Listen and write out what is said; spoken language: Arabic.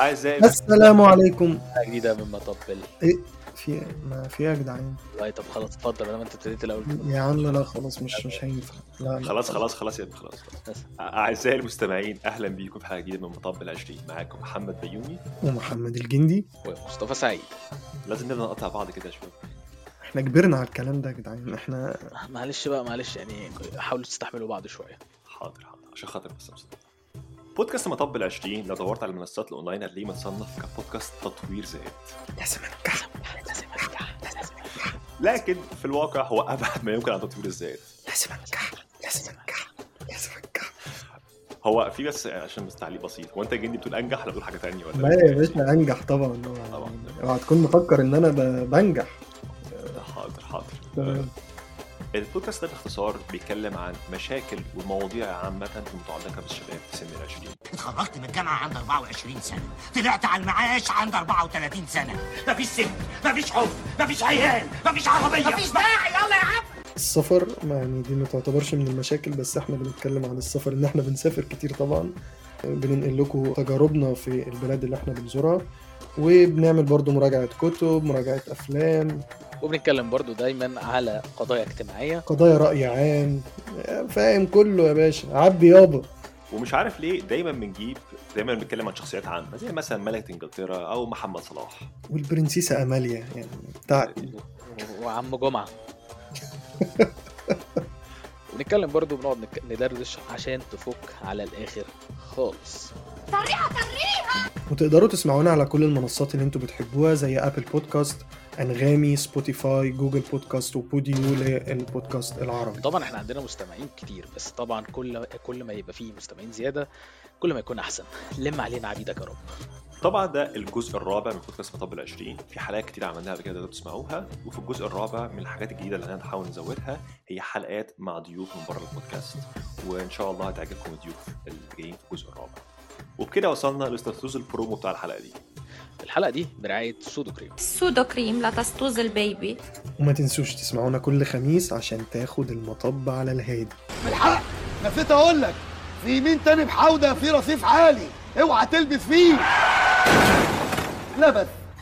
اعزائي السلام عليكم حلقة جديده من مطبل في ما في يا جدعان والله طب خلاص اتفضل انا ما انت ابتديت الاول يا عم لا خلاص مش مش هينفع لا لا. خلاص خلاص خلاص يا ابني خلاص بس. اعزائي المستمعين اهلا بيكم في حلقه جديده من مطب العشرين معاكم محمد بيومي ومحمد الجندي ومصطفى سعيد لازم نبدا نقطع بعض كده شويه احنا كبرنا على الكلام ده يا جدعان احنا معلش بقى معلش يعني حاولوا تستحملوا بعض شويه حاضر حاضر عشان خاطر بس يا مصطفى. بودكاست مطب العشرين لو دورت على المنصات الاونلاين هتلاقيه متصنف كبودكاست تطوير زائد لازم ننجح لازم أرجع، لازم أرجع، لكن في الواقع هو ابعد ما يمكن عن تطوير الزائد لازم ننجح لازم ننجح لازم ننجح هو في بس عشان بس تعليق بسيط هو انت جندي بتقول انجح ولا بتقول حاجه ثانيه ولا إيه؟ لا يا باشا انجح طبعا طبعاً. اوعى تكون مفكر ان انا ب- بنجح حاضر حاضر تمام. البودكاست ده باختصار بيتكلم عن مشاكل ومواضيع عامة المتعلقة بالشباب في سن العشرين اتخرجت من الجامعه عند 24 سنه طلعت على المعاش عند 34 سنه مفيش ست مفيش حب مفيش عيال مفيش عربيه مفيش داعي يلا يا عم السفر ما يعني دي ما تعتبرش من المشاكل بس احنا بنتكلم عن السفر ان احنا بنسافر كتير طبعا بننقل لكم تجاربنا في البلاد اللي احنا بنزورها وبنعمل برضو مراجعة كتب مراجعة أفلام وبنتكلم برضو دايما على قضايا اجتماعيه قضايا رأي عام فاهم كله يا باشا عبي يابا ومش عارف ليه دايما بنجيب دايما بنتكلم عن شخصيات عامة زي مثلا ملكة انجلترا او محمد صلاح والبرنسيسة أماليا يعني بتاعتي و- وعم جمعه وبنتكلم برضو بنقعد نك- ندردش عشان تفك على الاخر خالص وتقدروا تسمعونا على كل المنصات اللي انتوا بتحبوها زي أبل بودكاست أنغامي سبوتيفاي جوجل بودكاست وبوديو للبودكاست العربي طبعا احنا عندنا مستمعين كتير بس طبعا كل كل ما يبقى فيه مستمعين زياده كل ما يكون احسن لم علينا عبيدك يا رب طبعا ده الجزء الرابع من بودكاست مطب العشرين في حلقات كتير عملناها قبل كده تقدروا تسمعوها وفي الجزء الرابع من الحاجات الجديدة اللي هنحاول نزودها هي حلقات مع ضيوف من بره البودكاست وان شاء الله هتعجبكم الضيوف اللي جايين في الجزء الرابع وبكده وصلنا لاسترسوز البرومو بتاع الحلقة دي الحلقه دي برعايه سودو كريم سودو كريم لتستوز البيبي وما تنسوش تسمعونا كل خميس عشان تاخد المطب على الهادي الحق نفيت اقول لك في يمين تاني بحوده في رصيف عالي اوعى تلبس فيه لا بس